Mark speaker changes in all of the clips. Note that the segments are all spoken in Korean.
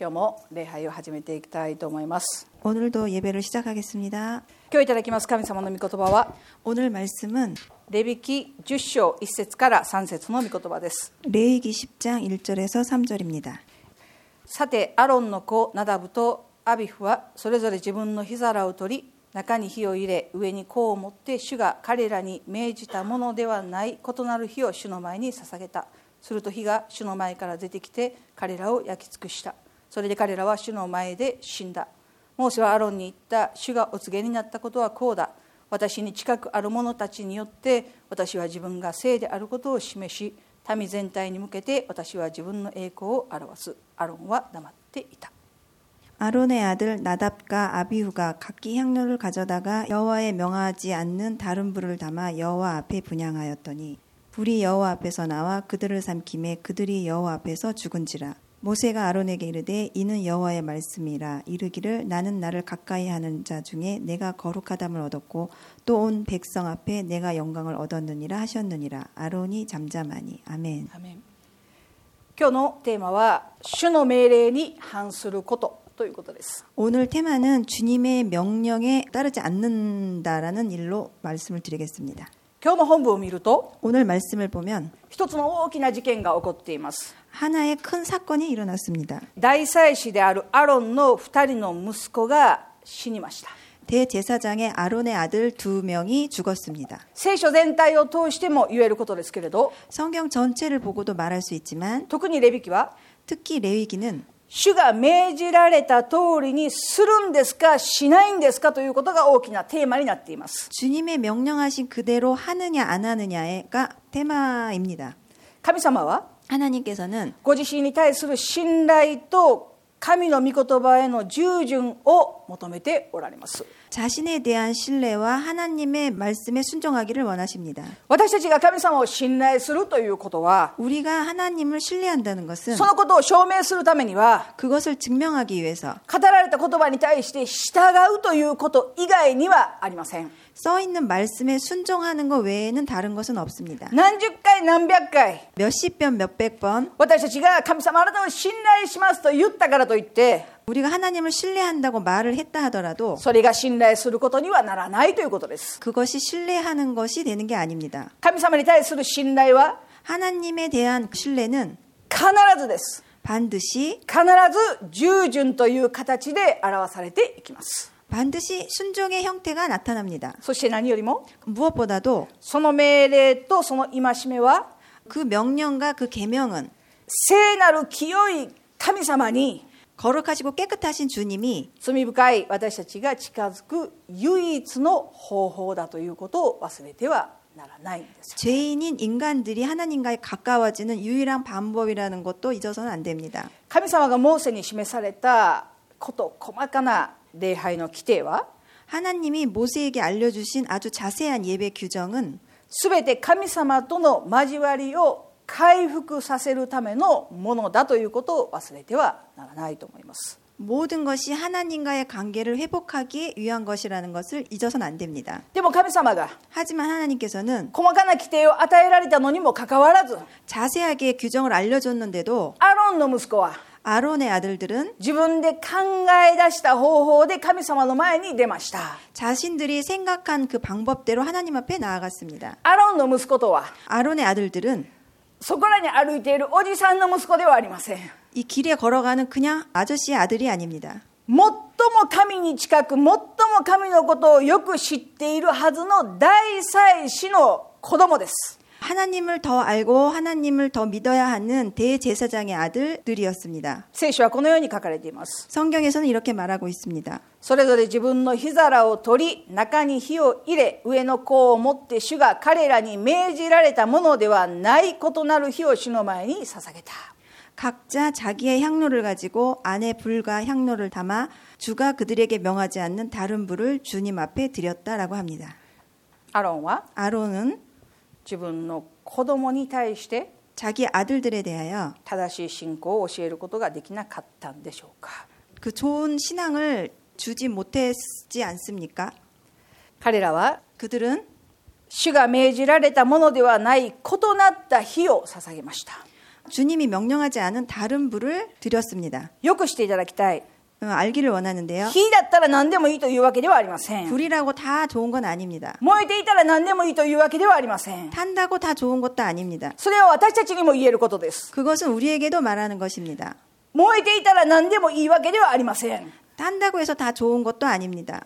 Speaker 1: 今日も礼拝を始めていきたいと思います。
Speaker 2: 오늘도 예배를 시작하겠습니다.
Speaker 1: 今日いただきます神様の御言葉は
Speaker 2: 오늘 말씀은
Speaker 1: レビ記10章1節から3節の御言葉です。
Speaker 2: 레이기 10장 1절에서 3절입니다.
Speaker 1: さてアロンの子ナダブとアビフはそれぞれ自分の火皿を取り中に火を入れ上に甲を持って主が彼らに命じたものではない異なる火を主の前に捧げたすると火が主の前から出てきて彼らを焼き尽くしたそれで彼らは主の前で死んだモーセはアロンに言った主がお告げになったことはこうだ私に近くある者たちによって私は自分が聖であることを示し民全体に向けて私は自分の栄光を表すアロンは黙っていた
Speaker 2: 아론의 아들 나답과 아비후가 각기 향료를 가져다가 여호와에 명하지 않는 다른 불을 담아 여호와 앞에 분향하였더니 불이 여호와 앞에서 나와 그들을 삼킴에 그들이 여호와 앞에서 죽은지라 모세가 아론에게 이르되 이는 여호와의 말씀이라 이르기를 나는 나를 가까이 하는 자 중에 내가 거룩하담을 얻었고 또 온 백성 앞에 내가 영광을 얻었느니라 하셨느니라 아론이 잠잠하니 아멘.
Speaker 1: アメン今日のテーマは「主の命令に反すること」ということです
Speaker 2: 오늘 테마는 주님의 명령에 따르지 않는다라는 일로 말씀을 드리겠습니다.
Speaker 1: 今日の本部を見ると
Speaker 2: 오늘 말씀을 보면
Speaker 1: 一つの大きな事件が起こっています
Speaker 2: 하나의 큰 사건이 일어났습니다.
Speaker 1: 大祭司であるアロンの2人の息子が死にました
Speaker 2: 대제사장의 아론의 아들 두 명이 죽었습니다.
Speaker 1: 聖書全体を通しても言えることですけれど
Speaker 2: 성경 전체를 보고도 말할 수 있지만
Speaker 1: 特にレビキは
Speaker 2: 특히 레위기는
Speaker 1: 主が命じられた通りにするんですかしないんですかということが大きなテーマになっています
Speaker 2: 주님의 명령하신 그대로 하느냐 안 하느냐가 테마입니다.
Speaker 1: 神様は
Speaker 2: 하나님께서는
Speaker 1: ご自身に対する信頼と神の御言葉への従順を求めておられます。
Speaker 2: 자신에 대한 신뢰와 하나님의 말씀에 순종하기를 원하십니다.
Speaker 1: 私たちが神様を信頼するということは、
Speaker 2: 우리가 하나님을 신뢰한다는 것은
Speaker 1: そのことを証明するためには、
Speaker 2: 그것을 증명하기 위해서
Speaker 1: 語られた言葉に対して従うということ以外にはありません。
Speaker 2: 써 있는 말씀에 순종하는 것 외에는 다른 것은 없습니다.
Speaker 1: 何十回何百回、
Speaker 2: 몇십 번, 몇백 번
Speaker 1: 私たちが神様あなたを信頼しますと言ったからといって、
Speaker 2: 우리가 하나님을 신뢰한다고 말을 했다 하더라도
Speaker 1: それが信頼することにはならないということです。
Speaker 2: 그것이 신뢰하는 것이 되는 게 아닙니다.
Speaker 1: 神様に対する信頼は
Speaker 2: 하나님에 대한 그 신뢰는
Speaker 1: 必ずです。
Speaker 2: 반드시
Speaker 1: 必ず従順という形で表されていきます
Speaker 2: 반드시 순종의 형태가 나타납니다.
Speaker 1: そして何よりも
Speaker 2: 무엇보다도
Speaker 1: その命令とその戒めは
Speaker 2: 그 명령과 그 계명은
Speaker 1: 聖なる清い神様に
Speaker 2: 거룩하시고 깨끗하신 주님이
Speaker 1: 罪深い私たちが近づく唯一の方法だということを忘れてはならないんです
Speaker 2: 죄인인 인간들이 하나님과 가까워지는 유일한 방법이라는 것도 잊어서는 안 됩니다.
Speaker 1: 神様がモーセに示されたこと細かな礼拝の規定は
Speaker 2: 하나님이 모세에게 알려주신 아주 자세한 예배 규정은
Speaker 1: 全て神様との交わりを回復させるためのものだということを忘れてはならないと思います
Speaker 2: 모든 것이 하나님과의 관계를 회복하기 위한 것이라는 것을 잊어서는 안 됩니다.
Speaker 1: でも神様が
Speaker 2: 하지만 하나님께서는
Speaker 1: 細かな規定を与えられたのにもかかわらず
Speaker 2: 자세하게 규정을 알려줬는데도
Speaker 1: アロンの息子は
Speaker 2: 아론의 아들들은
Speaker 1: 自分で考え出した方法で神様の前に出ました
Speaker 2: 자신들이 생각한 그 방법대로 하나님 앞에 나아갔습니다.
Speaker 1: アロンの息子とは
Speaker 2: 아론의 아들들은
Speaker 1: そこらに歩いているおじさんの息子ではありません
Speaker 2: 이 길에 걸어가는 그냥 아저씨의 아들이 아닙니다.
Speaker 1: 最も神に近く最も神のことをよく知っているはずの大祭司の子供です
Speaker 2: 하나님을 더 알고 하나님을 더 믿어야 하는 대제사장의 아들들이었습니다.
Speaker 1: 聖書はこのように書かれています
Speaker 2: 성경에서는 이렇게 말하고 있습니다.
Speaker 1: それぞれ自分の火皿を取り中に火を入れ上の甲を持って主が彼らに命じられたものではない異なる火を主の前に捧げた
Speaker 2: 각자 자기의 향로를 가지고 안에 불과 향로를 담아 주가 그들에게 명하지 않는 다른 불을 주님 앞에 드렸다라고 합니다.
Speaker 1: アロンは
Speaker 2: 아론은
Speaker 1: 自分の子供に対して
Speaker 2: 자기 아들들에 대하여
Speaker 1: 正しい信仰を教えることができなかったんでしょうか
Speaker 2: 그 좋은 신앙을 주지 못했지 않습니까?
Speaker 1: 彼らは
Speaker 2: 그들은
Speaker 1: 主が命じられたものではない異なった火を捧げました
Speaker 2: 주님이 명령하지 않은 다른 불을 드렸습니다.
Speaker 1: よくしていただきたい
Speaker 2: 어, 알기를 원하는데요.
Speaker 1: 火だったら何でもいいというわけではありません
Speaker 2: 불이라고 다 좋은 건 아닙니다.
Speaker 1: 燃えていたら何でもいいというわけではありません
Speaker 2: 탄다고 다 좋은 것도 아닙니다.
Speaker 1: それは私たちにも言えることです
Speaker 2: 그것은 우리에게도 말하는 것입니다.
Speaker 1: 燃えていたら何でもいいわけではありません
Speaker 2: 탄다고 해서 다 좋은 것도 아닙니다.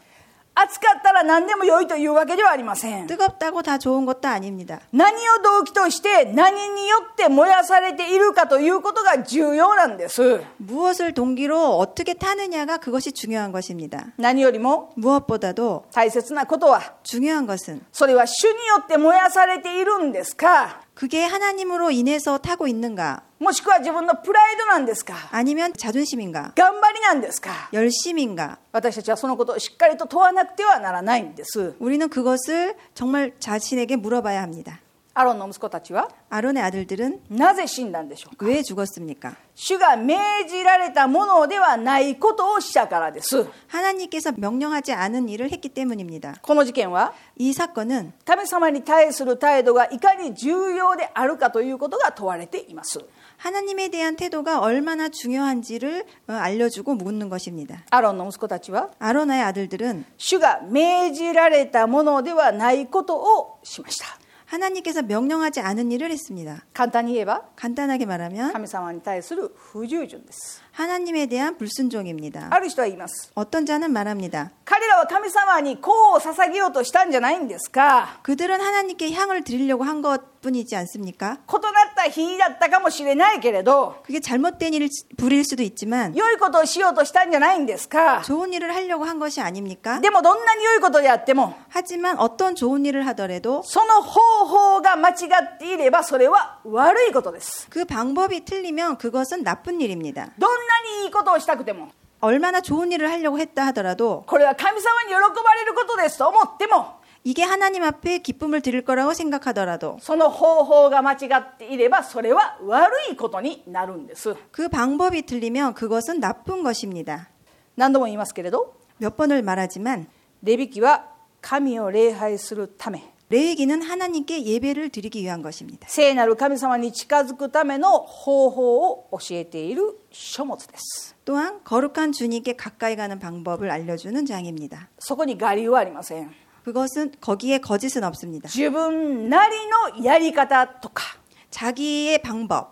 Speaker 1: 暑かったら何でも良いというわけではありません
Speaker 2: 뜨겁다고 다 좋은 것도 아닙니다.
Speaker 1: 何を動機として何によって燃やされているかということが重要なんです
Speaker 2: 무엇을 동기로 어떻게 타느냐가 그것이 중요한 것입니다.
Speaker 1: 何よりも
Speaker 2: 무엇보다도
Speaker 1: 大切なことは
Speaker 2: 중요한 것은
Speaker 1: それは主によって燃やされているんですか
Speaker 2: 그게 하나님으로 인해서 타고 있는가
Speaker 1: もしくは自分のプライドなんですか
Speaker 2: 아니면 자존심인가
Speaker 1: 頑張りなんですか
Speaker 2: 열심인가
Speaker 1: 私たちはそのことをしっかりと問わなくてはならないんです
Speaker 2: 우리는 그것을 정말 자신에게 물어봐야 합니다.
Speaker 1: アロンの息子たちは
Speaker 2: 아론의 아들들은
Speaker 1: なぜ死んだんでしょうか
Speaker 2: 왜 죽었습니까?
Speaker 1: 主が命じられたものではないことをしたからです
Speaker 2: 하나님께서 명령하지 않은 일을 했기 때문입니다.
Speaker 1: この事件は
Speaker 2: 이 사건은
Speaker 1: 神様に対する態度がいかに重要であるかということが問われています
Speaker 2: 하나님에 대한 태도가 얼마나 중요한지를 어, 알려주고 묻는 것입니다.
Speaker 1: アロンの息子たちは
Speaker 2: 아론의 아들들은
Speaker 1: 主が命じられたものではないことをしました
Speaker 2: 하나님께서 명령하지 않은 일을 했습니다.
Speaker 1: 簡単に言えば
Speaker 2: 간단하게 말하면
Speaker 1: 神様に対する不従順です
Speaker 2: 하나님에 대한 불순종입니다.
Speaker 1: ある人は言います
Speaker 2: 어떤 자는 말합니다.
Speaker 1: 彼らは神様に功を捧げようとしたんじゃないんですか
Speaker 2: 그들은 하나님께 향을 드리려고 한 것뿐이지 않습니까?
Speaker 1: 異なった日だったかもしれないけれど
Speaker 2: 그게 잘못된 일을 부릴 수도 있지만
Speaker 1: 良いことをしようとしたんじゃないんですか
Speaker 2: 좋은 일을 하려고 한 것이 아닙니까?
Speaker 1: でもどんなに良いことであっても
Speaker 2: 하지만 어떤 좋은 일을 하더라도
Speaker 1: その方法が間違っていればそれは悪いことです
Speaker 2: 그 방법이 틀리면 그것은 나쁜 일입니다.
Speaker 1: どんなにいいことをしたくても
Speaker 2: 얼마나 좋은 일을 하려고 했다 하더라도
Speaker 1: これは神様に喜ばれることですと思っても
Speaker 2: 이게 하나님 앞에 기쁨을 드릴 거라고 생각하더라도
Speaker 1: その方法が間違っていればそれは悪いことになるんです
Speaker 2: 그 방법이 틀리면 그것은 나쁜 것입니다.
Speaker 1: 何度も言いますけれど
Speaker 2: 몇 번을 말하지만
Speaker 1: レビ記は神を礼拝するため
Speaker 2: 레위기는 하나님께 예배를 드리기 위한 것입니다.
Speaker 1: 聖なる神様に近づくための方法を教えている書物です
Speaker 2: 또한 거룩한 주님께 가까이 가는 방법을 알려주는 장입니다.
Speaker 1: そこに我流はありません
Speaker 2: 그것은 거기에 거짓은 없습니다.
Speaker 1: 自分なりのやり方とか
Speaker 2: 자기의 방법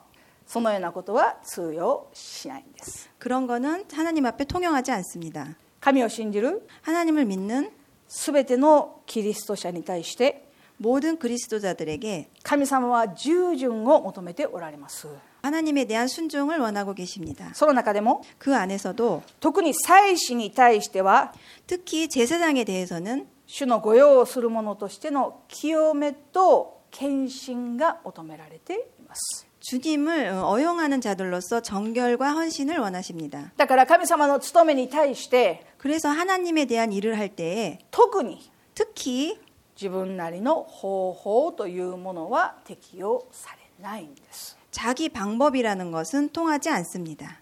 Speaker 1: そのようなことは通用しないんです
Speaker 2: 그런 거는 하나님 앞에 통용하지 않습니다.
Speaker 1: 神を信じる
Speaker 2: 하나님을 믿는
Speaker 1: 全てのキリスト者に対して
Speaker 2: 모든 그리스도자들에게
Speaker 1: 神様は従順を求めておられます
Speaker 2: 하나님에 대한 순종을 원하고 계십니다.
Speaker 1: その中でも
Speaker 2: 그 안에서도
Speaker 1: 特に祭司に対しては
Speaker 2: 특히 제사장에 대해서는
Speaker 1: 主の御用をする者としての清めと献身が求められています
Speaker 2: 주님을 어용하는 자들로서 정결과 헌신을 원하십니다.
Speaker 1: だから神様の務めに対して
Speaker 2: 그래서 하나님에 대한 일을 할 때에
Speaker 1: 特に
Speaker 2: 특히
Speaker 1: 自分なりの方法というものは適用されないんです
Speaker 2: 자기 방법이라는 것은 통하지 않습니다.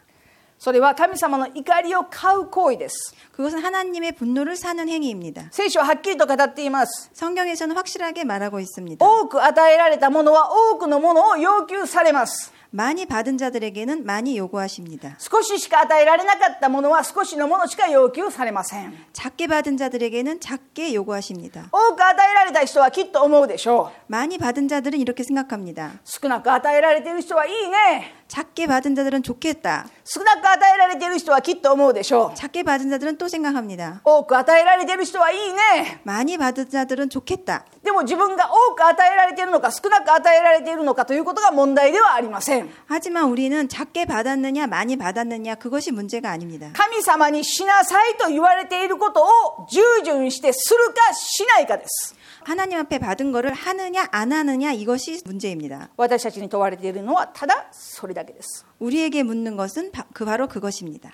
Speaker 1: それは神様の怒りを買う行為です
Speaker 2: 그것은 하나님의 분노를 사는 행위입니다.
Speaker 1: 聖書ははっきりと語っています
Speaker 2: 성경에서는 확실하게 말하고 있습니다.
Speaker 1: 多く与えられたものは多くのものを要求されます
Speaker 2: 많이 받은 자들에게는 많이 요구하십니다.
Speaker 1: 少ししか与えられなかったものは少しのものしか要求されません
Speaker 2: 작게 받은 자들에게는 작게 요구하십니다.
Speaker 1: 多く与えられた人はきっと思うでしょう
Speaker 2: 많이 받은 자들은 이렇게 생각합니다.
Speaker 1: 少なく与えられている人はいいね
Speaker 2: 작게 받은 자들은 좋겠다.
Speaker 1: 少なく与えられている人はきっと思うでしょう
Speaker 2: 작게 받은 자들은 또 생각합니다.
Speaker 1: 多く与えられている人はいいね
Speaker 2: 많이 받은 자들은 좋겠다.
Speaker 1: でも自分が多く与えられているのか少なく与えられているのかということが問題ではありません
Speaker 2: 하지만 우리는 작게 받았느냐, 많이 받았느냐, 그것이 문제가 아닙니다.
Speaker 1: 神様にしなさいと言われていることを従順してするかしないかです
Speaker 2: 하나님 앞에 받은 거를 하느냐, 안 하느냐, 이것이 문제입니다.
Speaker 1: 私たちに問われているのはただそれだけです
Speaker 2: 우리에게 묻는 것은 바, 그 바로 그것입니다.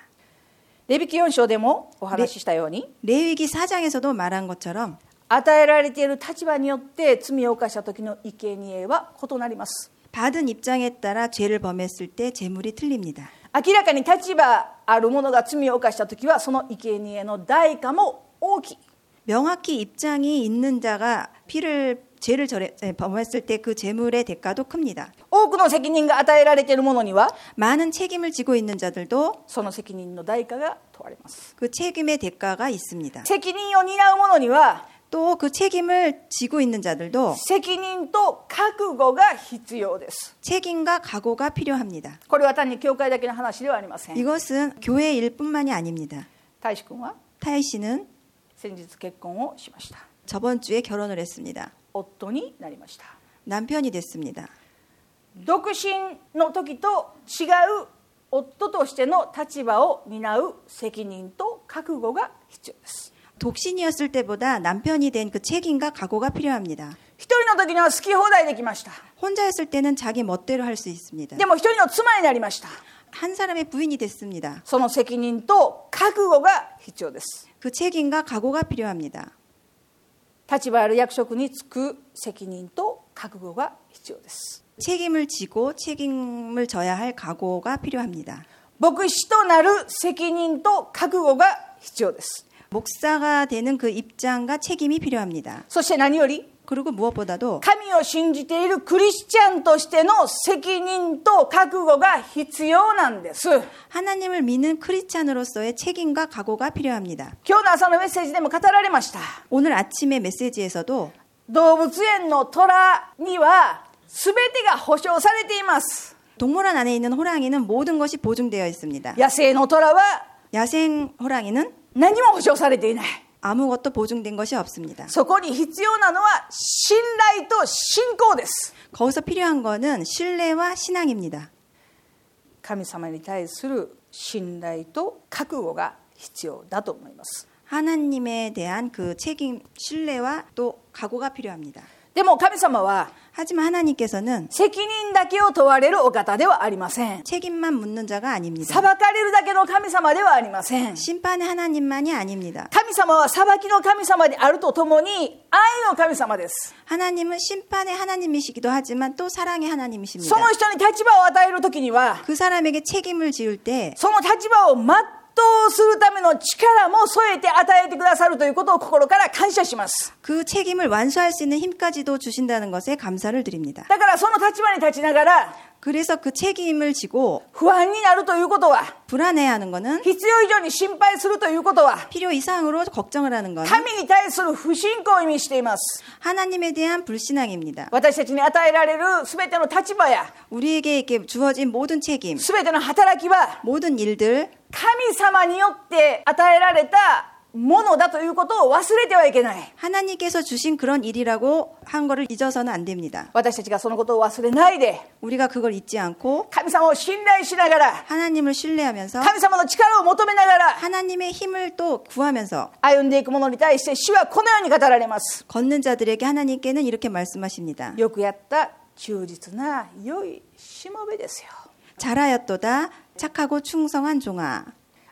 Speaker 1: レビ記4章でもお話ししたように
Speaker 2: 레위기 4장에서도 말한 것처럼
Speaker 1: 与えられている立場によって罪を犯した時の生贄は異なります
Speaker 2: 받은 입장에 따라 죄를 범했을 때 재물이 틀립니다.
Speaker 1: 明らかに立場ある者が罪を犯した時はその生贄の代価も大きい
Speaker 2: 명확히 입장이 있는 자가 피를 죄를 저래, 예, 범했을 때 그 재물의 대가도 큽니다.
Speaker 1: 多くの責任が与えられている者には
Speaker 2: 많은 책임을 지고 있는 자들도
Speaker 1: その責任の代価が問われます
Speaker 2: 그 책임의 대가가 있습니다.
Speaker 1: 責任を担う者には
Speaker 2: 또 그 책임을 지고 있는 자들도
Speaker 1: 責任と覚悟が必要です
Speaker 2: 책임과 각오가 필요합니다.
Speaker 1: これは単に教会だけの話ではありません
Speaker 2: 이것은 교회 일뿐만이 아닙니다.
Speaker 1: 大志君は
Speaker 2: 타이 씨는
Speaker 1: 先日結婚をしました
Speaker 2: 저번 주에 결혼을 했습니다.
Speaker 1: 夫になりました
Speaker 2: 남편이 됐습니다.
Speaker 1: 独身の時と違う夫としての立場を担う責任と覚悟が必要です
Speaker 2: 독신이었을 때보다 남편이 된 그 책임과 각오가 필요합니다.
Speaker 1: 一人の時には好き放題できました
Speaker 2: 혼자였을 때는 자기 멋대로 할 수 있습니다.
Speaker 1: でも一人の妻になりました
Speaker 2: 한 사람의 부인이 됐습니다.
Speaker 1: その責任と覚悟が必要です
Speaker 2: 그 책임과 각오가 필요합니다.
Speaker 1: 立場ある役職に就く責任と覚悟が必要です
Speaker 2: 책임을 지고 책임을 져야 할 각오가 필요합니다.
Speaker 1: 牧師となる責任と覚悟が必要です
Speaker 2: 목사가 되는 그 입장과 책임이 필요합니다.
Speaker 1: そして何より
Speaker 2: 그리고 무엇보다도
Speaker 1: 神を信じているクリスチャンとしての責任と覚悟が必要なんです。
Speaker 2: 하나님을 믿는 크리스찬으로서의 책임과 각오가 필요합니다.
Speaker 1: 今日の朝のメッセージでも語られました。
Speaker 2: 오늘 아침의 메시지에서도
Speaker 1: 動物園の虎には全てが保証されています。
Speaker 2: 동물원 안에 있는 호랑이는 모든 것이 보증되어 있습니다.
Speaker 1: 野生の虎は
Speaker 2: 야생 호랑이는
Speaker 1: 何も保証されていない。
Speaker 2: 아무것도 보증된 것이 없습니다.
Speaker 1: そこに必要なのは信頼と信仰です。
Speaker 2: 거기서 필요한 거는 신뢰와 신앙입니다.
Speaker 1: 神様に対する信頼と覚悟が必要だと思います。
Speaker 2: 하나님에 대한 그 책임, 신뢰와 또 각오가 필요합니다.
Speaker 1: でも神様は
Speaker 2: 하지만 하나님께서는
Speaker 1: 責任だけを問われるお方ではありません。
Speaker 2: 책임만 묻는 자가 아닙니다.
Speaker 1: 裁かれるだけの神様ではありません
Speaker 2: 심판의 하나님만이 아닙니다.
Speaker 1: 神様は裁きの神様であるとともに愛の神様です
Speaker 2: 하나님은 심판의 하나님이시기도 하지만 또 사랑의
Speaker 1: その
Speaker 2: 하나님이십니다.
Speaker 1: 人に立場を与える時には
Speaker 2: 그 사람에게 책임을 지을 때
Speaker 1: その立場を全うするための力も添えて与えてくださるということを心から感謝します
Speaker 2: 그 책임을 완수할 수 있는 힘까지도 주신다는 것에 감사를 드립니다.
Speaker 1: だからその立場に立ちながら
Speaker 2: 그래서 그 책임을 지고
Speaker 1: 不安になるということは
Speaker 2: 불안해하는 것은
Speaker 1: 必要以上に心配するということは
Speaker 2: 필요 이상으로 걱정을 하는 것은
Speaker 1: 神に対する不信仰を意味しています
Speaker 2: 하나님에 대한 불신앙입니다.
Speaker 1: 私たちに与えられる全ての立場や
Speaker 2: 우리에게 이렇게 주어진 모든 책임,
Speaker 1: 全ての働きは
Speaker 2: 모든 일들
Speaker 1: 神様によって与えられたものだということを忘れてはいけない
Speaker 2: 하나님께서 주신 그런 일이라고 한 거를 잊어서는 안 됩니다.
Speaker 1: 私たちがそのことを忘れないで
Speaker 2: 우리가 그걸 잊지 않고
Speaker 1: 神様を信頼しながら
Speaker 2: 하나님을 신뢰하면서
Speaker 1: 神様の力を求めながら
Speaker 2: 하나님의 힘을 또 구하면서
Speaker 1: 歩んでいくものに対して主はこのように語られます
Speaker 2: 걷는 자들에게 하나님께는 이렇게 말씀하십니다.
Speaker 1: よくやった忠実な良いしもべですよ
Speaker 2: 잘하였도다 착하고 충성한 종아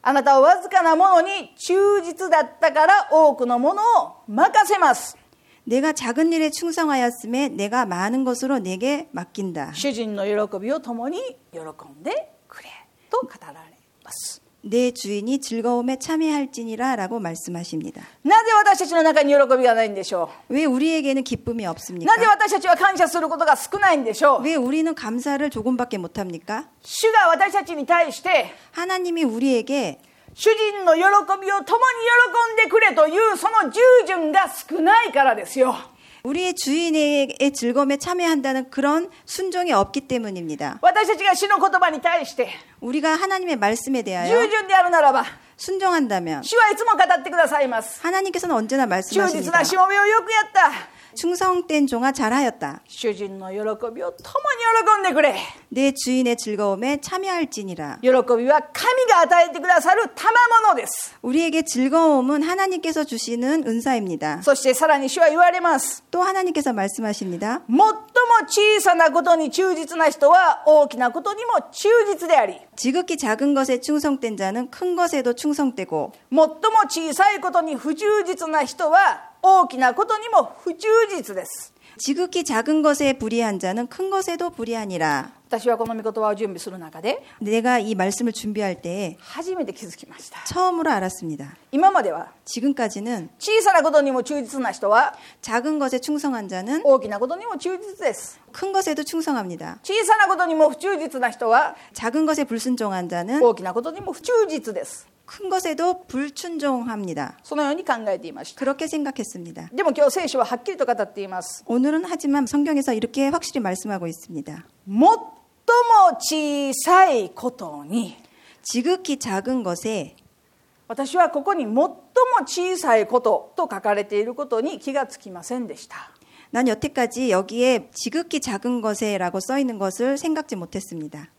Speaker 1: あなたはわずかなものに忠実だったから多くのものを任せます
Speaker 2: 내가 작은 일에 충성하였음에 내가 많은 것으로 내게 맡긴다.
Speaker 1: 主人の喜びを共に喜んでくれと語られます
Speaker 2: 내 주인이 즐거움에 참여할지니라라고 말씀하십니다.
Speaker 1: なぜ私たちの中に喜びがないんでしょう
Speaker 2: 왜 우리에게는 기쁨이 없습니까?
Speaker 1: なぜ私たちは感謝することが少ないんでしょう
Speaker 2: 왜 우리는 감사를 조금밖에 못 합니까?
Speaker 1: 主が私たちに対して
Speaker 2: 하나님이 우리에게
Speaker 1: 主人の喜びを共に喜んでくれというその従順が少ないからですよ
Speaker 2: 우리의 주인의 즐거움에 참여한다는 그런 순종이 없기 때문입니다.
Speaker 1: 私たちが主の言葉に対して
Speaker 2: 우리가 하나님의 말씀에
Speaker 1: 従
Speaker 2: 대하여
Speaker 1: 順であるならば
Speaker 2: 순종한다면
Speaker 1: 主はいつも語ってくださいます
Speaker 2: 하나님께서는 언제나
Speaker 1: 忠実
Speaker 2: 말씀하십니다.
Speaker 1: なしもべをよくやった
Speaker 2: 충성된 종아 잘하였다.
Speaker 1: 主人の喜びを共に喜んでくれ
Speaker 2: 내 주인의 즐거움에 참여할지니라.
Speaker 1: 喜びは神が与えてくださる賜物です
Speaker 2: 우리에게 즐거움은 하나님께서 주시는 은사입니다.
Speaker 1: そしてさらに主は言われます
Speaker 2: 또 하나님께서 말씀하십니다.
Speaker 1: 最も小さなことに忠実な人は大きなことにも忠実であり
Speaker 2: 지극히 작은 것에 충성된 자는 큰 것에도 충성되고
Speaker 1: 最も小さいことに不忠実な人は大きなことにも不忠実です
Speaker 2: 지극히 작은 것에 불의한 자는 큰 것에도 불의하니라.
Speaker 1: 私はこの御言葉を準備する中で
Speaker 2: 내가 이 말씀을 준비할 때
Speaker 1: 初めて気づきました
Speaker 2: 처음으로 알았습니다.
Speaker 1: 今までは
Speaker 2: 지금까지는
Speaker 1: 小さなことにも忠実な人は
Speaker 2: 작은 것에 충성한 자는
Speaker 1: 大きなことにも忠実です
Speaker 2: 큰 것에도 충성합니다.
Speaker 1: 小さなことにも不忠実な人は
Speaker 2: 작은 것에 불순종한 자는
Speaker 1: 大きなことにも不忠実です
Speaker 2: 큰 것에도 불순종합니다.
Speaker 1: そのように考えていました
Speaker 2: 그렇게 생각했습니다.
Speaker 1: でも今日聖書ははっきりと語っています
Speaker 2: 오늘은 하지만 성경에서 이렇게 확실히 말씀하고 있습니다.
Speaker 1: 最も小さいことに
Speaker 2: 지극히 작은 것에
Speaker 1: 私はここに最も小さいことと書かれていることに気がつきませんでした
Speaker 2: 난 여태까지 여기에 지극히 작은 것에라고 써 있는 것을 생각지 못했습니다.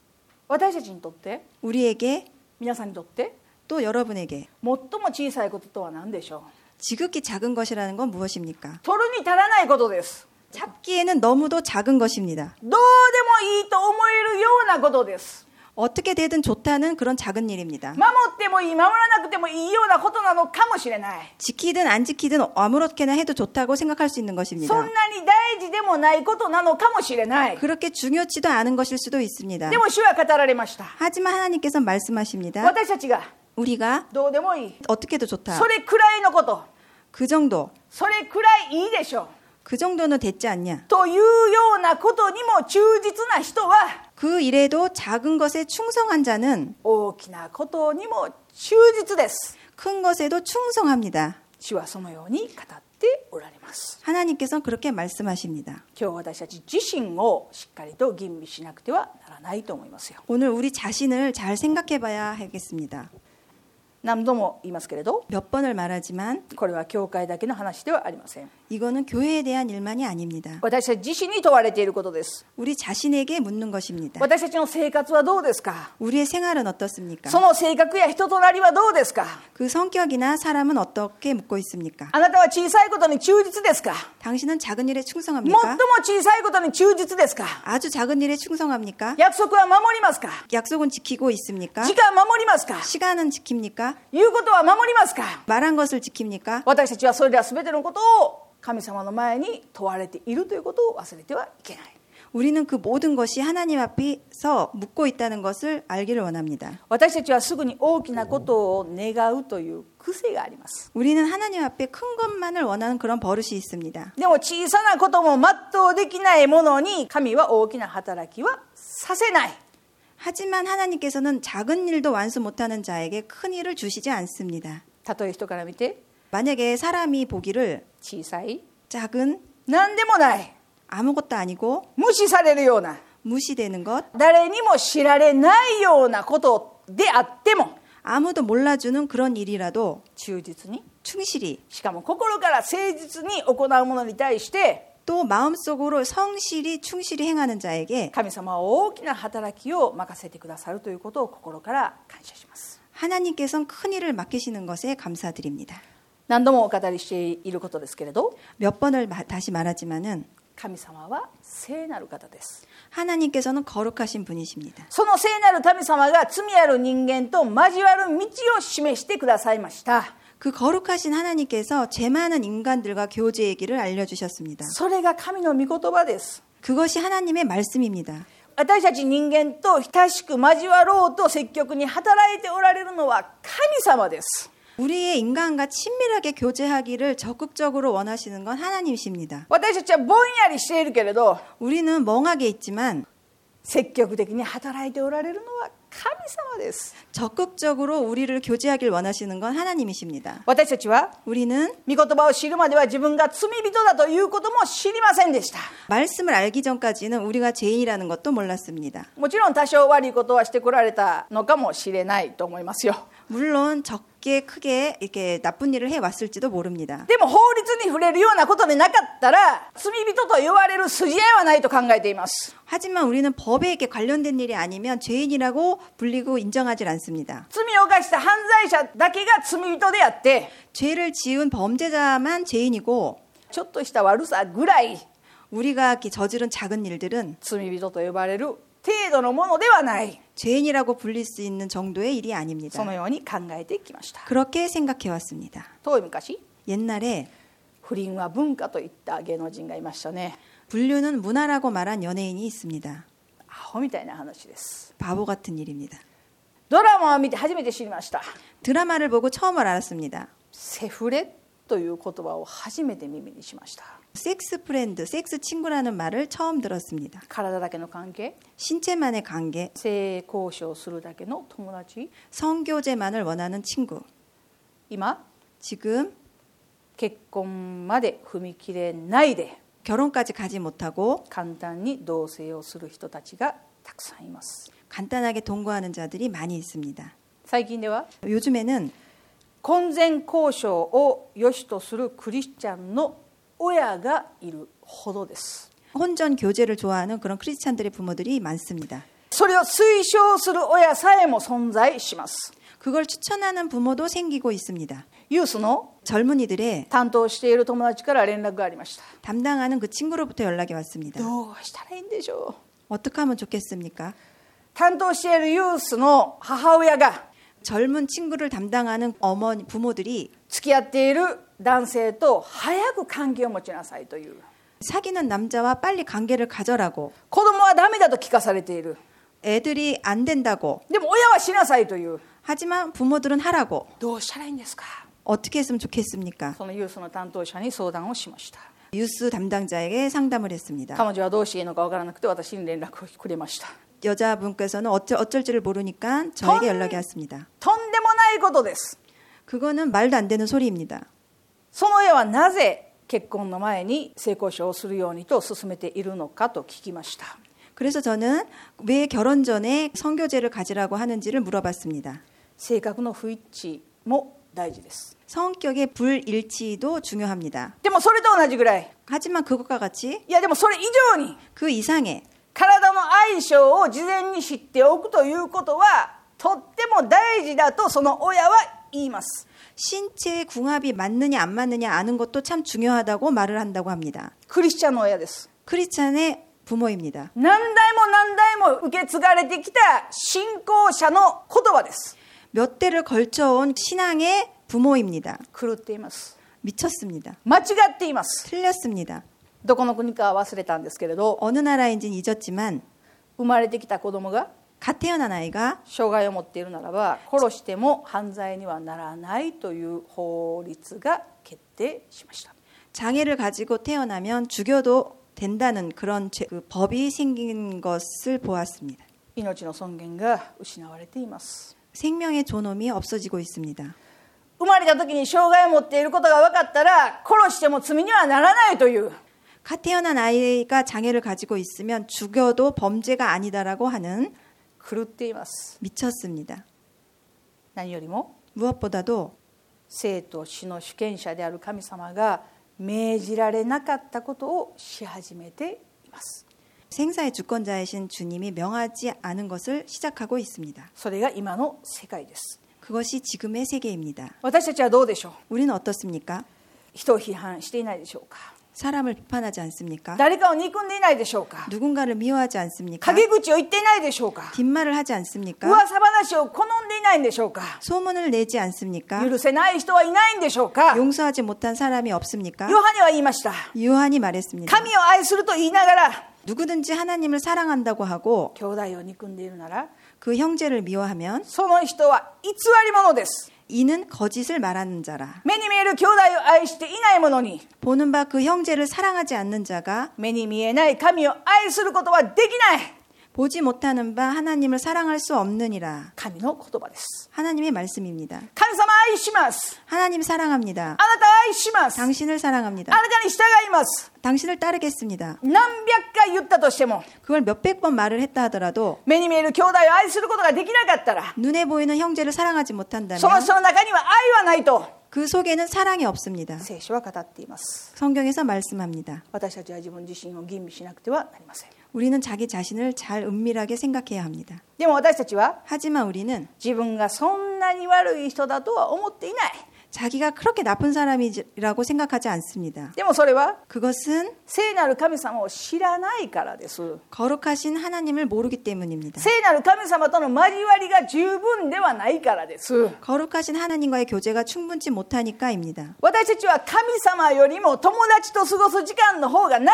Speaker 1: 私たちにとって
Speaker 2: 우리에게
Speaker 1: 皆さんにとって
Speaker 2: 또 여러분에게
Speaker 1: 最も小さいこととは何でしょう
Speaker 2: 지극히 작은 것이라는 건 무엇입니까?
Speaker 1: 取るに足らないことです
Speaker 2: 잡기에는 너무도 작은 것입니다.
Speaker 1: どうでもいいと思えるようなことです
Speaker 2: 어떻게 되든 좋다는 그런 작은 일입니다.
Speaker 1: 守ってもいい守らなくてもいいようなことなのかもしれない
Speaker 2: 지키든 안 지키든 아무렇게나 해도 좋다고 생각할 수
Speaker 1: そん
Speaker 2: 있는
Speaker 1: な
Speaker 2: 것입니다.
Speaker 1: に大事でもないことなのかもしれない
Speaker 2: 그렇게 중요치도 않은 것일 수도 있습니다.
Speaker 1: でも主は語られました
Speaker 2: 하지만 하나님께서 말씀하십니다.
Speaker 1: 私たちが
Speaker 2: 우리가
Speaker 1: どうでもいい
Speaker 2: 어떻게도 좋다.
Speaker 1: それくらいのこと
Speaker 2: 그 정도,
Speaker 1: それくらいいいでしょう
Speaker 2: 그 정도는 됐지 않냐.
Speaker 1: というようなことにも忠実な人は
Speaker 2: 그 일에도 작은 것에 충성한 자는
Speaker 1: 大きなことにも忠実です
Speaker 2: 큰 것에도 충성합니다.
Speaker 1: 主はそのように語っておられます
Speaker 2: 하나님께서는 그렇게 말씀하십니다.
Speaker 1: 今日私たち自身をしっかりと吟味しなくてはならないと思いますよ
Speaker 2: 오늘 우리 자신을 잘 생각해 봐야 하겠습니다.
Speaker 1: 何度も言いますけれど
Speaker 2: 몇 번을 말하지만
Speaker 1: これは教会だけの話ではありません
Speaker 2: 이거는 교회에 대한 일만이 아닙니다.
Speaker 1: 私たち自身に問われていることです
Speaker 2: 우리 자신에게 묻는 것입니다.
Speaker 1: 私たちの生活はどうですか
Speaker 2: 우리의 생활은 어떻습니까?
Speaker 1: その性格や人となりはどうですか
Speaker 2: 그 성격이나 사람은 어떻게 묻고 있습니까?
Speaker 1: あなたは小さいことに忠実ですか
Speaker 2: 당신은 작은 일에
Speaker 1: 最も
Speaker 2: 충성합니까?
Speaker 1: 小さいことに忠実ですか
Speaker 2: 아주 작은 일에 충성합니까?
Speaker 1: 約束は守りますか
Speaker 2: 약속은 지키고 있습니까?
Speaker 1: 時間は守りますか
Speaker 2: 시간은 지킵니까?
Speaker 1: 言うことは守りますか
Speaker 2: 말한 것을 지킵니까?
Speaker 1: 私たちはそれら全てのことを神様の前に問われているということを忘れてはいけない
Speaker 2: 우리는 그 모든 것이 하나님 앞에서 묻고 있다는 것을 알기를 원합니다.
Speaker 1: 私たちはすぐに大きなことを願うという癖があります
Speaker 2: 우리는 하나님 앞에 큰 것만을 원하는 그런 버릇이 있습니다.
Speaker 1: でも小さなことも全うできないものに神は大きな働きはさせない
Speaker 2: 하지만 하나님께서는 작은 일도 완수 못하는 자에게 큰 일을 주시지 않습니다.
Speaker 1: たとえ人から見て
Speaker 2: 만약에 사람이 보기를
Speaker 1: 小さい
Speaker 2: 작은
Speaker 1: 何でもない
Speaker 2: 아무것도 아니고
Speaker 1: 無視されるような
Speaker 2: 무시되는 것,
Speaker 1: 誰にも知られないようなことであっても
Speaker 2: 아무도 몰라주는 그런 일이라도
Speaker 1: 忠実に
Speaker 2: 충실히
Speaker 1: しかも心から誠実に行うものに対して
Speaker 2: 또 마음속으로 성실히 충실히 행하는 자에게
Speaker 1: 神様は大きな働きを任せてくださるということを心から感謝します
Speaker 2: 하나님께서는 큰 일을 맡기시는 것에 감사드립니다.
Speaker 1: 何度もお語りしていることですけれど
Speaker 2: 몇 번을 마- 다시 말하지만은
Speaker 1: 神様は聖なる方です
Speaker 2: 하나님께서는 거룩하신 분이십니다.
Speaker 1: その聖なる神様が罪ある人間と交わる道を示してくださいました
Speaker 2: 그 거룩하신 하나님께서 죄 많은 인간들과 교제의 길을 알려주셨습니다.
Speaker 1: それが神の御言葉です
Speaker 2: 그것이 하나님의 말씀입니다.
Speaker 1: 私たち人間と親しく交わろうと積極に働いておられるのは神様です
Speaker 2: 우리의 인간과 친밀하게 교제하기를 적극적으로 원하시는 건 하나님이십니다.
Speaker 1: 私たちはぼんやりしているけれど
Speaker 2: 우리는 멍하게 있지만
Speaker 1: 積極的に働いておられるのは神様です
Speaker 2: 적극적으로 우리를 교제하길 원하시는 건 하나님이십니다.
Speaker 1: 私たちは
Speaker 2: 우리는
Speaker 1: 御言葉を知るまでは自分が罪人だということも知りませんでした
Speaker 2: 말씀을 알기 전까지는 우리가 죄인이라는 것도 몰랐습니다.
Speaker 1: もちろん多少悪いことはしてこられたのかもしれないと思いますよ
Speaker 2: 물론 적게 크게 이렇게 나쁜 일을 해 왔을지도 모릅니다.
Speaker 1: でも法律に触れるようなことでなかったら罪人と言われる筋合いはないと考えています
Speaker 2: 하지만 우리는 법에 이렇게 관련된 일이 아니면 죄인이라고 불리고 인정하지 않습니다.
Speaker 1: 罪を犯した犯罪者だけが罪人であって
Speaker 2: 죄를 지은 범죄자만 죄인이고
Speaker 1: ちょっとした悪さぐらい
Speaker 2: 우리가 이렇게 저지른 작은 일들은
Speaker 1: 罪人と呼ばれる程度のものではない
Speaker 2: 죄인이라고 불릴 수 있는 정도의 일이
Speaker 1: その
Speaker 2: 아닙니다.
Speaker 1: ように考えてきました
Speaker 2: 그렇게 생각해 왔습니다.
Speaker 1: 遠い昔
Speaker 2: 옛날에
Speaker 1: 不倫は文化といった芸能人がいましたね
Speaker 2: 분류는 문화라고 말한 연예인이 있습니다.
Speaker 1: アホみたいな話です
Speaker 2: 바보 같은 일입니다.
Speaker 1: ドラマを見て初めて知りました
Speaker 2: 드라마를 보고 처음 알았습니다.
Speaker 1: セフレという言葉を初めて耳にしました
Speaker 2: 섹스 프렌드, 섹스 친구라는 말을 처음 들었습니다.
Speaker 1: 体だけの関係
Speaker 2: 신체만의 관계,
Speaker 1: 性交渉するだけの友達
Speaker 2: 성교제만을 원하는 친구.
Speaker 1: 今
Speaker 2: 지금
Speaker 1: 結婚まで踏み切れないで
Speaker 2: 결혼까지 가지 못하고
Speaker 1: 簡単に同棲をする人たちがたくさんいます
Speaker 2: 간단하게 동거하는 자들이 많이 있습니다.
Speaker 1: 最近では
Speaker 2: 요즘에는
Speaker 1: 婚前交渉を良しとするクリスチャンの親がいるほどです
Speaker 2: 혼전 교제를 좋아하는 그런 크리스찬들의 부모들이 많습니다.
Speaker 1: それを推奨する親さえも存在します
Speaker 2: 그걸 추천하는 부모도 생기고 있습니다.
Speaker 1: ユースの
Speaker 2: 젊은이들의
Speaker 1: 担当している友達から連絡がありました
Speaker 2: 담당하는 그 친구로부터 연락이 왔습니다.
Speaker 1: どうしたらいいんでしょう
Speaker 2: 어떻게 하면 좋겠습니까?
Speaker 1: 担当しているユースの母親が
Speaker 2: 젊은 친구를 담당하는 어머니 부모들이
Speaker 1: 付き合っている男性と早く関係を持ちなさいという
Speaker 2: 사귀는 남자와 빨리 관계를 가져라고
Speaker 1: 子供はダメだと聞かされている
Speaker 2: 애들이 안 된다고
Speaker 1: でも親はしなさいという
Speaker 2: 하지만 부모들은 하라고
Speaker 1: どうしたらいいんですか
Speaker 2: 어떻게 했으면 좋겠습니까?
Speaker 1: そのユースの担当者に相談をしました
Speaker 2: 뉴스 담당자에게 상담을 했습니다.
Speaker 1: 彼女はどうしていいのかわからなくて私に連絡をくれました
Speaker 2: 여자분께서는 어쩔, 어쩔지를 모르니까 저에게 연락이 왔습니다.
Speaker 1: とんでもないことです
Speaker 2: 그거는 말도 안 되는 소리입니다.
Speaker 1: その親はなぜ結婚の前に性交渉をするようにと勧めているのかと聞きました
Speaker 2: 그래서 저는 왜 결혼 전에 성교제를 가지라고 하는지를 물어봤습니다.
Speaker 1: 性格の不一致も大事です
Speaker 2: 성격의 불일치도 중요합니다.
Speaker 1: でもそれと同じぐらい
Speaker 2: 하지만 그것과 같이
Speaker 1: いやでもそれ以上に
Speaker 2: 그 이상의
Speaker 1: 体の相性を事前に知っておくということはとっても大事だとその親は言います
Speaker 2: 신체의 궁합이 맞느냐 안 맞느냐 아는 것도 참 중요하다고 말을 한다고 합니다.
Speaker 1: クリスチャンの親です
Speaker 2: 크리스찬의 부모입니다.
Speaker 1: 何代も何代も受け継がれてきた信仰者の言葉です
Speaker 2: 몇 대를 걸쳐온 신앙의 부모입니다.
Speaker 1: 狂っています
Speaker 2: 미쳤습니다.
Speaker 1: 間違っています
Speaker 2: 틀렸습니다.
Speaker 1: どこの国かは忘れたんですけれど
Speaker 2: 어느 나라인지는 잊었지만
Speaker 1: 生まれてきた子供が
Speaker 2: 갓 태어난 아이가
Speaker 1: 障害を持っているならば殺しても犯罪にはならないという法律が決定しました
Speaker 2: 장애를 가지고 태어나면 죽여도 된다는 그런 죄- 그 법이 생긴 것을 보았습니다.
Speaker 1: 命の尊厳が失われています
Speaker 2: 생명의 존엄이 없어지고 있습니다.
Speaker 1: 生まれた時に障害を持っていることが分かったら殺しても罪にはならないという
Speaker 2: 갓 태어난 아이가 장애를 가지고 있으면 죽여도 범죄가 아니다라고 하는
Speaker 1: 狂っています
Speaker 2: 미쳤습니다.
Speaker 1: 何よりも
Speaker 2: 무엇보다도
Speaker 1: 生と死の主権者である神様が命じられなかったことをし始めています
Speaker 2: 생사의 주권자이신 주님이 명하지 않은 것을 시작하고 있습니다.
Speaker 1: それが今の世界です
Speaker 2: 그것이 지금의 세계입니다.
Speaker 1: 私たちはどうでしょう
Speaker 2: 우리는 어떻습니까?
Speaker 1: 人を批判していないでしょうか
Speaker 2: 사람을 비판하지 않습니까?
Speaker 1: 誰かを憎んでいないでしょうか
Speaker 2: 누군가를 미워하지 않습니까?
Speaker 1: 陰口を言っていないでしょうか
Speaker 2: 뒷말을 하지 않습니까?
Speaker 1: 噂話を好んでいないんでしょうか
Speaker 2: 소문을 내지 않습니까?
Speaker 1: 許せない人はいないんでしょうかヨ
Speaker 2: 용서하지 못한 사람이 없습니까?
Speaker 1: ハネは言いました
Speaker 2: 요한이 말했습니다.
Speaker 1: 神を愛すると言いながら
Speaker 2: 누구든지 하나님을 사랑한다고 하고
Speaker 1: 兄弟を憎んでいるなら
Speaker 2: 그 형제를 미워하면
Speaker 1: その人は偽り者です
Speaker 2: 이는 거짓을 말하는 자라.
Speaker 1: 目に見える兄弟を愛していない者に
Speaker 2: 보는 바 그 형제를 사랑하지 않는 자가
Speaker 1: 目に見えない神を愛することはできない
Speaker 2: 보지 못하는 바 하나님을 사랑할 수 없느니라.
Speaker 1: 神の言葉です。
Speaker 2: 하나님의 말씀입니다.
Speaker 1: 神様愛します。
Speaker 2: 하나님 사랑합니다.
Speaker 1: あなた愛します。あな
Speaker 2: 당신을 사랑합니다.
Speaker 1: たに従います。
Speaker 2: 당신을 따르겠습니다.
Speaker 1: 何百回言ったとしても、
Speaker 2: 그걸 몇백 번 말을 했다 하더라도
Speaker 1: 目に見える兄弟を愛することができなかったら、
Speaker 2: 눈에 보이는 형제를 사랑하지 못한다면
Speaker 1: その人の中には愛はないと、
Speaker 2: 그 속에는 사랑이 없습니다.
Speaker 1: 聖書は語っています。
Speaker 2: 성경에서 말씀합니다.
Speaker 1: 私たちは自分自身を吟味しなくてはなりません。
Speaker 2: 우리는 자기 자신을 잘 은밀하게 생각해야 합니다.
Speaker 1: でも私たちは、
Speaker 2: 하지만 우리는
Speaker 1: 自分がそんなに悪い人だとは思っていない。
Speaker 2: 자기가 그렇게 나쁜 사람이라고 생각하지 않습니다.
Speaker 1: でもそれは
Speaker 2: 그것은
Speaker 1: 聖なる神様を知らないからです
Speaker 2: 거룩하신 하나님을 모르기 때문입니다.
Speaker 1: 聖なる神様との交わりが十分ではないからです
Speaker 2: 거룩하신 하나님과의 교제가 충분치 못하니까입니다.
Speaker 1: 私たちは神様よりも友達と過ごす時間の方が長い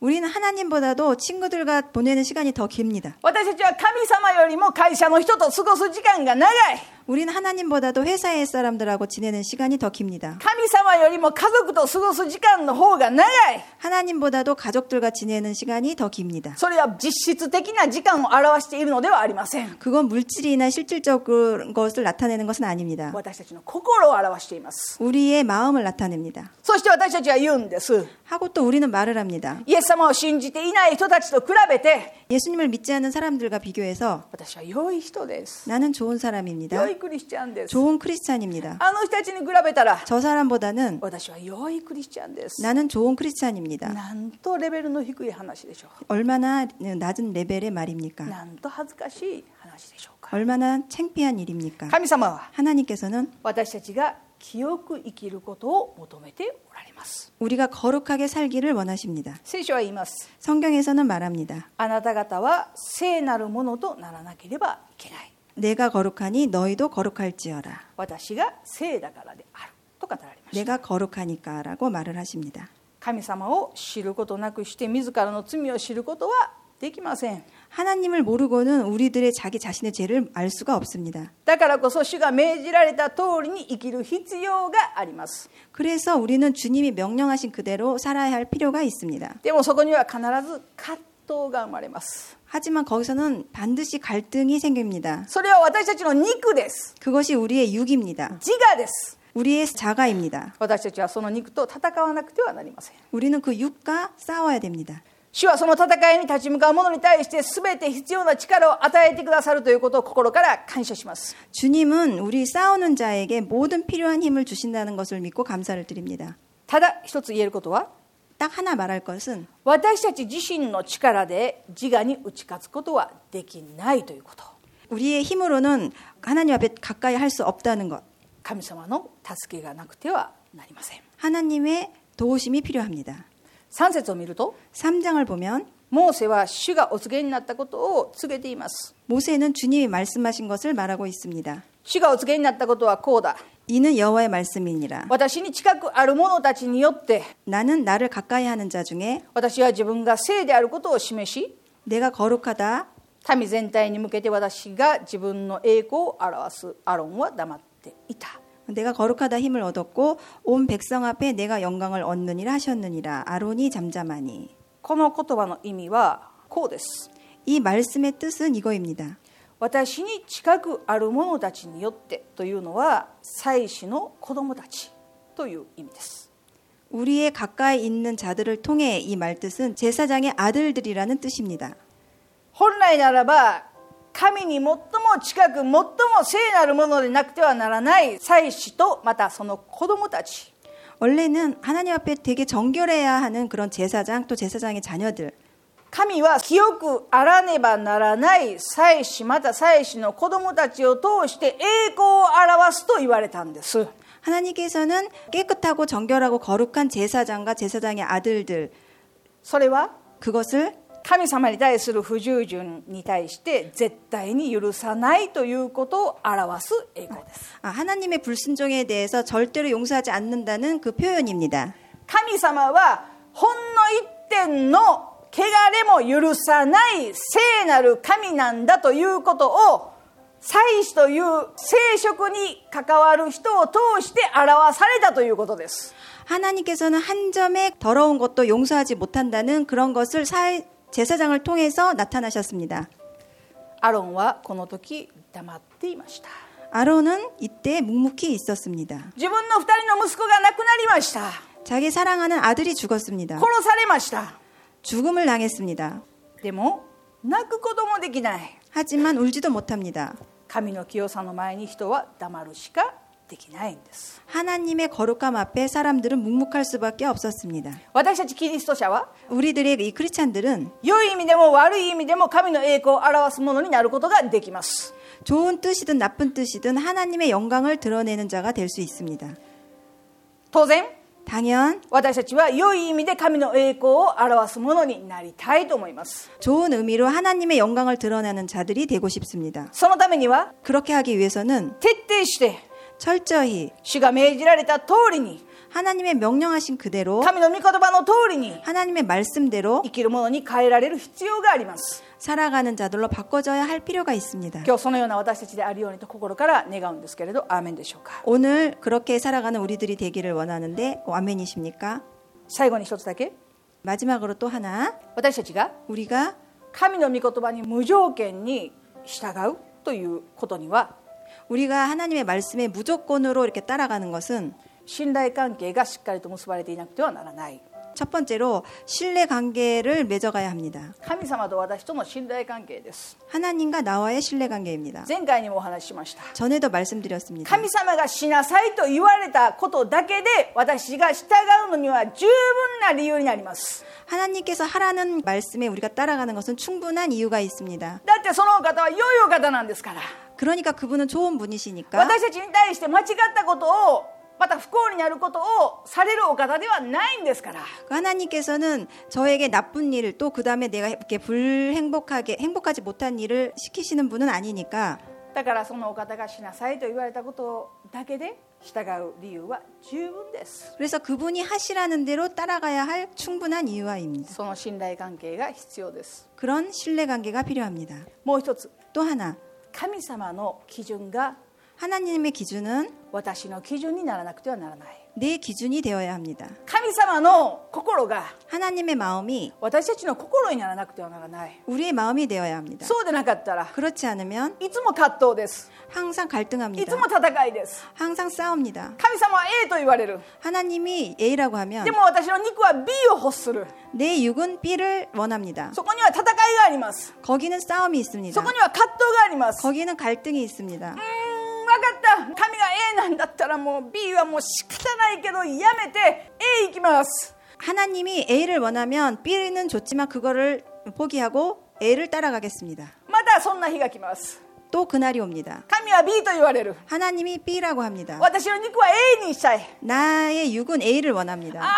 Speaker 2: 우리는 하나님보다도 친구들과 보내는 시간이 더 깁니다.
Speaker 1: 私たちは神様よりも会社の人と過ごす時間が長い
Speaker 2: 우리는 하나님보다도 회사의 사람들하고 지내는 시간이 더 깁니다.
Speaker 1: 神様よりも家族と過ごす時間の方が長い
Speaker 2: 하나님보다도 가족들과 지내는 시간이 더 깁니다.
Speaker 1: それは実質的な時間を表しているのではありません
Speaker 2: 그건 물질이나 실질적인 것을 나타내는 것은 아닙니다.
Speaker 1: 私たちの心を表しています
Speaker 2: 우리의 마음을 나타냅니다.
Speaker 1: そして私たちは言うんです
Speaker 2: 하고 또 우리는 말을 합니다.
Speaker 1: イエス様を信じていない人たちと比べて
Speaker 2: 예수님을 믿지 않는 사람들과 비교해서
Speaker 1: 私は良い人です。
Speaker 2: 나는 좋은
Speaker 1: 良
Speaker 2: 사람입니다.
Speaker 1: いクリスチャンです。
Speaker 2: 좋은 크리스찬입니다.
Speaker 1: あの人たちに比べたら
Speaker 2: 저 사람보다는
Speaker 1: 私は良いクリスチャンです。
Speaker 2: 나는 좋은 크리스찬입니다.
Speaker 1: なんとレベルの低い話でしょ
Speaker 2: 얼마나 낮은
Speaker 1: う。
Speaker 2: 레벨의 말입니까?
Speaker 1: なんと恥ずかしい話でしょうか。
Speaker 2: 얼마나 창피한 일입니까?
Speaker 1: 神様は
Speaker 2: 하나님께서는
Speaker 1: 私たちが清く生きることを求めておられます。
Speaker 2: 우리가 거룩하게 살기를 원하십니다.
Speaker 1: 聖書は言います。
Speaker 2: 성경에서는 말합니다.
Speaker 1: あなた方は聖なるものとならなければいけない。
Speaker 2: 내가 거룩하니 너희도 거룩할지어라.
Speaker 1: 私が聖だからである。と語られました。
Speaker 2: 내가 거룩하니까라고 말을 하십니다.
Speaker 1: 神様を知ることなくして自らの罪を知ることはできません
Speaker 2: 하나님을 모르고는 우리들의 자기 자신의 죄를 알 수가 없습니다.
Speaker 1: だからこそ主が命じられた通りに生きる必要があります
Speaker 2: 그래서 우리는 주님이 명령하신 그대로 살아야 할 필요가 있습니다.
Speaker 1: でもそこには必ず葛藤が生まれます
Speaker 2: 하지만 거기서는 반드시 갈등이 생깁니다.
Speaker 1: それは私たちの肉です
Speaker 2: 그것이 우리의 육입니다.
Speaker 1: 自我です
Speaker 2: 우리의 자가입니다.
Speaker 1: 私たちはその肉と戦わなくてはなりません
Speaker 2: 우리는 그 육과 싸워야 됩니다.
Speaker 1: 主はその戦いに立ち向かう者に対して全て必要な力を与えてくださるということを心から感謝します
Speaker 2: 주님은 우리 싸우는 자에게 모든 필요한 힘을 주신다는 것을 믿고 감사를 드립니다.
Speaker 1: ただ一つ言えることは
Speaker 2: 딱 하나 말할 것은
Speaker 1: 私たち自身の力で自我に打ち勝つことはできないということ
Speaker 2: 우리의 힘으로는 하나님 앞에 가까이 할 수 없다는 것.
Speaker 1: 神様の助けがなくてはなりません
Speaker 2: 하나님의 도우심이 필요합니다.
Speaker 1: 3節を見ると
Speaker 2: 3장을 보면
Speaker 1: モーセは主がお告げになったことを告げています
Speaker 2: 모세는 주님이 말씀하신 것을 말하고 있습니다.
Speaker 1: 主がお告げになったことはこうだ
Speaker 2: 이는 여호와의 말씀이니라.
Speaker 1: 私に近くある者たちによって
Speaker 2: 나는 나를 가까이 하는 자 중에
Speaker 1: 私は自分が聖であることを示し
Speaker 2: 내가 거룩하다
Speaker 1: 民全体に向けて私が自分の栄光を表すアロンは黙っていた
Speaker 2: 내가 거룩하다 힘을 얻었고 온 백성 앞에 내가 영광을 얻느니라 하셨느니라 아론이 잠잠하니
Speaker 1: この言葉の意味はこうです
Speaker 2: 이 말씀의 뜻은 이거입니다.
Speaker 1: 私に近くある者たちによってというのは妻子の子供たちという意味です
Speaker 2: 우리의 가까이 있는 자들을 통해 이 말뜻은 제사장의 아들들이라는 뜻입니다.
Speaker 1: 本来ならば神に最も近く最も聖なるものでなくてはならない妻子とまたその子供たち
Speaker 2: 원래는 하나님 앞에 되게 정결해야 하는 그런 제사장 또 제사장의 자녀들
Speaker 1: 神は清くあらねばならない妻子また妻子の子供たちを通して栄光を表すと言われたんです
Speaker 2: 하나님께서는 깨끗하고 정결하고 거룩한 제사장과 제사장의 아들들
Speaker 1: それは
Speaker 2: 그것을
Speaker 1: 神様に対する不従順に対して絶対に許さないということを表す栄光です
Speaker 2: 아, 하나님의 불순종에 대해서 절대로 용서하지 않는다는 그 표현입니다.
Speaker 1: 神様はほんの一点の汚れも許さない聖なる神なんだということを祭司という聖職に関わる人を通して表されたということです
Speaker 2: 하나님께서는 한 점의 더러운 것도 용서하지 못한다는 그런 것을 사- 제사장을 통해서 나타나셨습니다.
Speaker 1: アロンはこの時黙っていました
Speaker 2: 아론은 이때 묵묵히 있었습니다.
Speaker 1: 自分の二人の息子が亡くなりました
Speaker 2: 자기 사랑하는 아들이 죽었습니다.
Speaker 1: 殺されました
Speaker 2: 죽음을 당했습니다.
Speaker 1: でも泣くこともできない
Speaker 2: 하지만 울지도 못합니다.
Speaker 1: 神の清さの前に人は黙るしかできないんです
Speaker 2: 하나님의 거룩함 앞에 사람들은 묵묵할 수밖에 없었습니다.
Speaker 1: 私たちキリスト者は
Speaker 2: 우리들의 이 크리스찬들은
Speaker 1: 良い意味でも悪い意味でも神の栄光を表すものになることができます
Speaker 2: 좋은 뜻이든 나쁜 뜻이든 하나님의 영광을 드러내는 자가 될 수 있습니다.
Speaker 1: 当然
Speaker 2: 당연
Speaker 1: 私たちは良い意味で神の栄光を表すものになりたいと思います
Speaker 2: 좋은 의미로 하나님의 영광을 드러내는 자들이 되고 싶습니다.
Speaker 1: そのためには
Speaker 2: 그렇게 하기 위해서는
Speaker 1: 徹底して
Speaker 2: 철저히
Speaker 1: 主が命じられた通りに
Speaker 2: 하나님의 명령하신 그대로
Speaker 1: 神の御言葉の通りに
Speaker 2: 하나님의 말씀대로
Speaker 1: 生きるものに変えられる必要があります
Speaker 2: 살아가는 자들로 바꿔져야 할 필요가 있습니다.
Speaker 1: 今日そのような私たちであるようにと心から願うんですけれどアーメンでしょうか
Speaker 2: 오늘 그렇게 살아가는 우리들이 되기를 원하는데 어, 아멘이십니까?
Speaker 1: 最後に一つだけ
Speaker 2: 마지막으로 또 하나
Speaker 1: 私たちが
Speaker 2: 우리가
Speaker 1: 神の御言葉に無条件に従うということには
Speaker 2: 우리가 하나님의 말씀에 무조건으로 이렇게 따라가는 것은
Speaker 1: 信頼関係がしっかりと結ばれていなくてはならない
Speaker 2: 첫 번째로 신뢰 관계를 맺어가야 합니다.
Speaker 1: 神様と私との信頼関係です
Speaker 2: 하나님과 나와의 신뢰 관계입니다.
Speaker 1: 前回にもお話ししました
Speaker 2: 전에도 말씀드렸습니다.
Speaker 1: 神様がしなさいと言われたことだけで私が従うのには十分な理由になります
Speaker 2: 하나님께서 하라는 말씀에 우리가 따라가는 것은 충분한 이유가 있습니다.
Speaker 1: だってそのお方は良いお方なんですから
Speaker 2: 그러니까 그분은 좋은 분이시니까
Speaker 1: 私たちに対して間違ったことをまた不幸になることをされるお方ではないんですから
Speaker 2: 그 하나님께서는 저에게 나쁜 일 또 그 다음에 내가 이렇게 불행복하게 행복하지 못한 일을 시키시는 분은 아니니까
Speaker 1: だからそのお方がしなさいと言われたことだけで従う理由は十分です
Speaker 2: 그래서 그분이 하시라는 대로 따라가야 할 충분한 이유와입니다.
Speaker 1: その信頼関係が必要です
Speaker 2: 그런 신뢰 관계가 필요합니다.
Speaker 1: もう一つ
Speaker 2: 또 하나
Speaker 1: 神様の基準が
Speaker 2: 하나님의 기준은
Speaker 1: 私の基準にならなくてはならない
Speaker 2: 내 기준이 되어야 합니다.
Speaker 1: 神様の心が
Speaker 2: 하나님의 마음이
Speaker 1: 私たちの心にならなくてはならない
Speaker 2: 우리의 마음이 되어야 합니다.
Speaker 1: そうでなかったら
Speaker 2: 그렇지 않으면
Speaker 1: いつも葛藤です
Speaker 2: 항상
Speaker 1: い
Speaker 2: 갈등합니다.
Speaker 1: つも戦いです
Speaker 2: 항상 싸웁니다.
Speaker 1: 神様は A と言われる
Speaker 2: 하나님이 A라고 하면
Speaker 1: でも私の肉は B を欲する
Speaker 2: 내 육은 B를 원합니다.
Speaker 1: そこには戦いがあります
Speaker 2: 거기는 싸움이 있습니다.
Speaker 1: そこには葛藤がありますう
Speaker 2: 거기는 갈등이 있습니다.
Speaker 1: ーん分かった神が A なんだったらもう B はもう仕方ないけどやめて A 行きます
Speaker 2: 하나님이 A를 원하면 B는 좋지만 그거를 포기하고 A를 따라가겠습니다.
Speaker 1: またそんな日が来ます
Speaker 2: 또 그날이 옵니다.
Speaker 1: 神は B と言われる
Speaker 2: 하나님이 B라고 합니다.
Speaker 1: 私の肉は A にしたい
Speaker 2: 나의 육은 A를 원합니다.
Speaker 1: ああも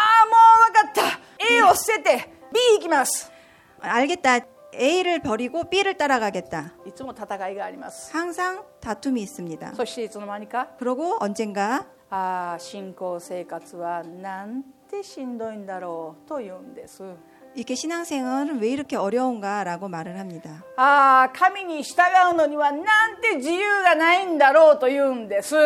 Speaker 1: う分かった A を捨てて B 行きます
Speaker 2: 알겠다. A를 버리고 B를 따라가겠다.
Speaker 1: いつも戦いがあります
Speaker 2: 항상 다툼이 있습니다.
Speaker 1: そしていつの間にか
Speaker 2: 그러고 언젠가
Speaker 1: ああ信仰生活はなんてしんどいんだろうと言うんです
Speaker 2: 이렇게 신앙생활은 왜 이렇게 어려운가라고 말을 합니다.
Speaker 1: ああ神に従うのにはなんて自由がないんだろうと言うんです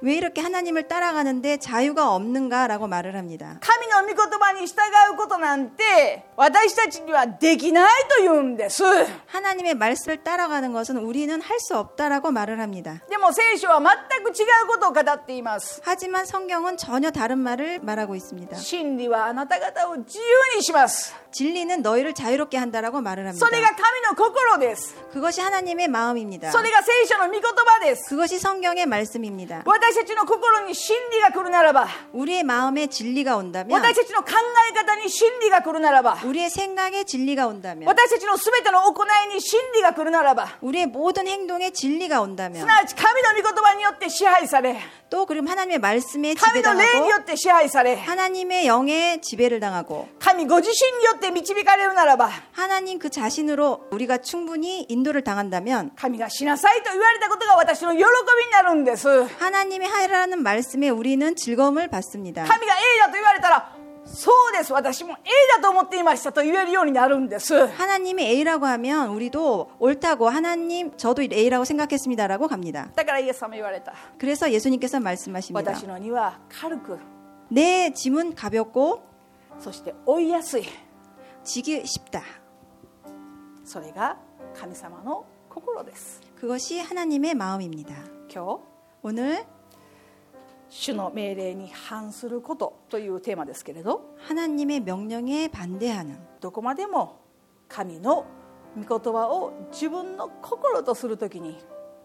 Speaker 2: 왜 이렇게 하나님을 따라가는데 자유가 없는가라고 말을 합니다.
Speaker 1: 神の御言葉に従うことなんて私たちにはできないと言うんです
Speaker 2: 하나님의 말씀을 따라가는 것은 우리는 할 수 없다라고 말을 합니다.
Speaker 1: でも聖書は全く違うことを語っています
Speaker 2: 하지만 성경은 전혀 다른 말을 말하고 있습니다.
Speaker 1: 真理はあなた方を自由にします
Speaker 2: 진리는 너희를 자유롭게 한다라고 말을
Speaker 1: それが
Speaker 2: 합니다.
Speaker 1: 神の心です
Speaker 2: 그것이 하나님의 마음입니다.
Speaker 1: それが聖書の御言葉です
Speaker 2: 그것이 성경의 말씀입니다.
Speaker 1: 私たちの心に真理が来るならば
Speaker 2: 우리의 마음에 진리가 온다면
Speaker 1: 私たちの考え方に真理が来るならば
Speaker 2: 우리의 생각에 진리가 온다면
Speaker 1: 私たちの全ての行いに真理が来るならば
Speaker 2: 우리의 모든 행동에 진리가
Speaker 1: す
Speaker 2: 온다면
Speaker 1: なわち神の御言葉によって支配され
Speaker 2: 또 그럼 하나님의 말씀에
Speaker 1: 神の霊に
Speaker 2: 지배당하고
Speaker 1: よって支配され
Speaker 2: 하나님의 영에 지배를 당하고
Speaker 1: 神ご自身によって導かれるならば
Speaker 2: 하나님 그 자신으로 우리가 충분히 인도를 당한다면
Speaker 1: 神がしなさいと言われたことが私の喜びになるんです神が
Speaker 2: 하나님의 하라는 말씀에 우리는 즐거움을 받습니다.
Speaker 1: A だと言われたらそうです私も A だと思っていましたと言えるようになるんです
Speaker 2: 하나님이 A라고 하면 우리도 옳다고 하나님 저도 A라고 생각했습니다라고 갑니다.
Speaker 1: だからイエス様言われた
Speaker 2: 그래서 예수님께서 말씀하십니다.
Speaker 1: 私の荷は軽く
Speaker 2: 내 짐은 가볍고
Speaker 1: そして追いやすい
Speaker 2: 지기 쉽다.
Speaker 1: それが神様の心です
Speaker 2: 그것이 하나님의 마음입니다.
Speaker 1: 今日
Speaker 2: 오늘
Speaker 1: 主の命令に反することというテーマですけれど
Speaker 2: 하나님의 명령에 반대하는
Speaker 1: どこまでも神の御言葉を自分の心とするときに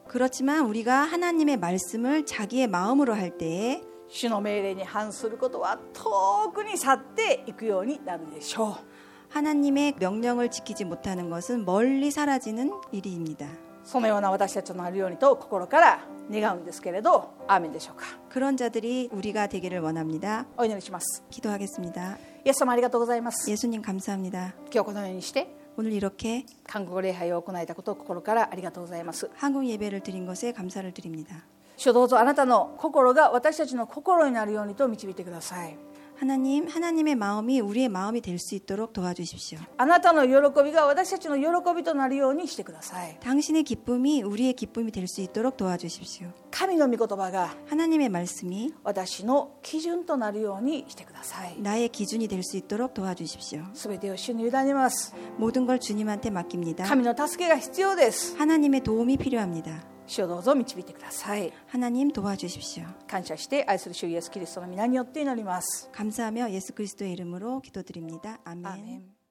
Speaker 2: 그렇지만 우리가 하나님의 말씀을 자기의 마음으로 할 때에
Speaker 1: 主の命令に反することは遠くに去っていくようになるでしょう
Speaker 2: 하나님의 명령을 지키지 못하는 것은 멀리 사라지는 일입니다.
Speaker 1: そのような私たちとなるようにと心から願うんですけれどアーメンでしょうか
Speaker 2: 그런 자들이 우리가 되기를 원합니다.
Speaker 1: お祈りします
Speaker 2: 기도하겠습니다.
Speaker 1: イエス様ありがとうございます
Speaker 2: 예수님 감사합니다.
Speaker 1: 今日このようにして
Speaker 2: 오늘 이렇게
Speaker 1: 韓国礼拝を行えたことを心からありがとうございます
Speaker 2: 한국 예배를 드린 것에 감사를 드립니다.
Speaker 1: 主どうぞあなたの心が私たちの心になるようにと導いてください
Speaker 2: 하나님, 하나님의 마음이 우리의 마음이 될 수 있도록 도와주십시오.
Speaker 1: あなたの喜びが私たちの喜びとなるようにしてください
Speaker 2: 당신의 기쁨이 우리의 기쁨이 될 수 있도록 도와주십시오.
Speaker 1: 神の御言葉が
Speaker 2: 하나님의 말씀이
Speaker 1: 私の基準となるようにしてください
Speaker 2: 나의 기준이 될 수 있도록 도와주십시오.
Speaker 1: すべてを主に委ねます。
Speaker 2: 모든 걸 주님한테 맡깁니다.
Speaker 1: 神の助けが必要です。
Speaker 2: 하나님의 도움이 필요합니다.
Speaker 1: 主をどうぞ導いてください。
Speaker 2: 하나님 도와주십시오.
Speaker 1: 感謝して愛する主イエスキリストの皆によって祈ります。
Speaker 2: 감사하며 예수 그리스도의 이름으로 기도드립니다.
Speaker 1: アーメ
Speaker 2: 아멘.
Speaker 1: ン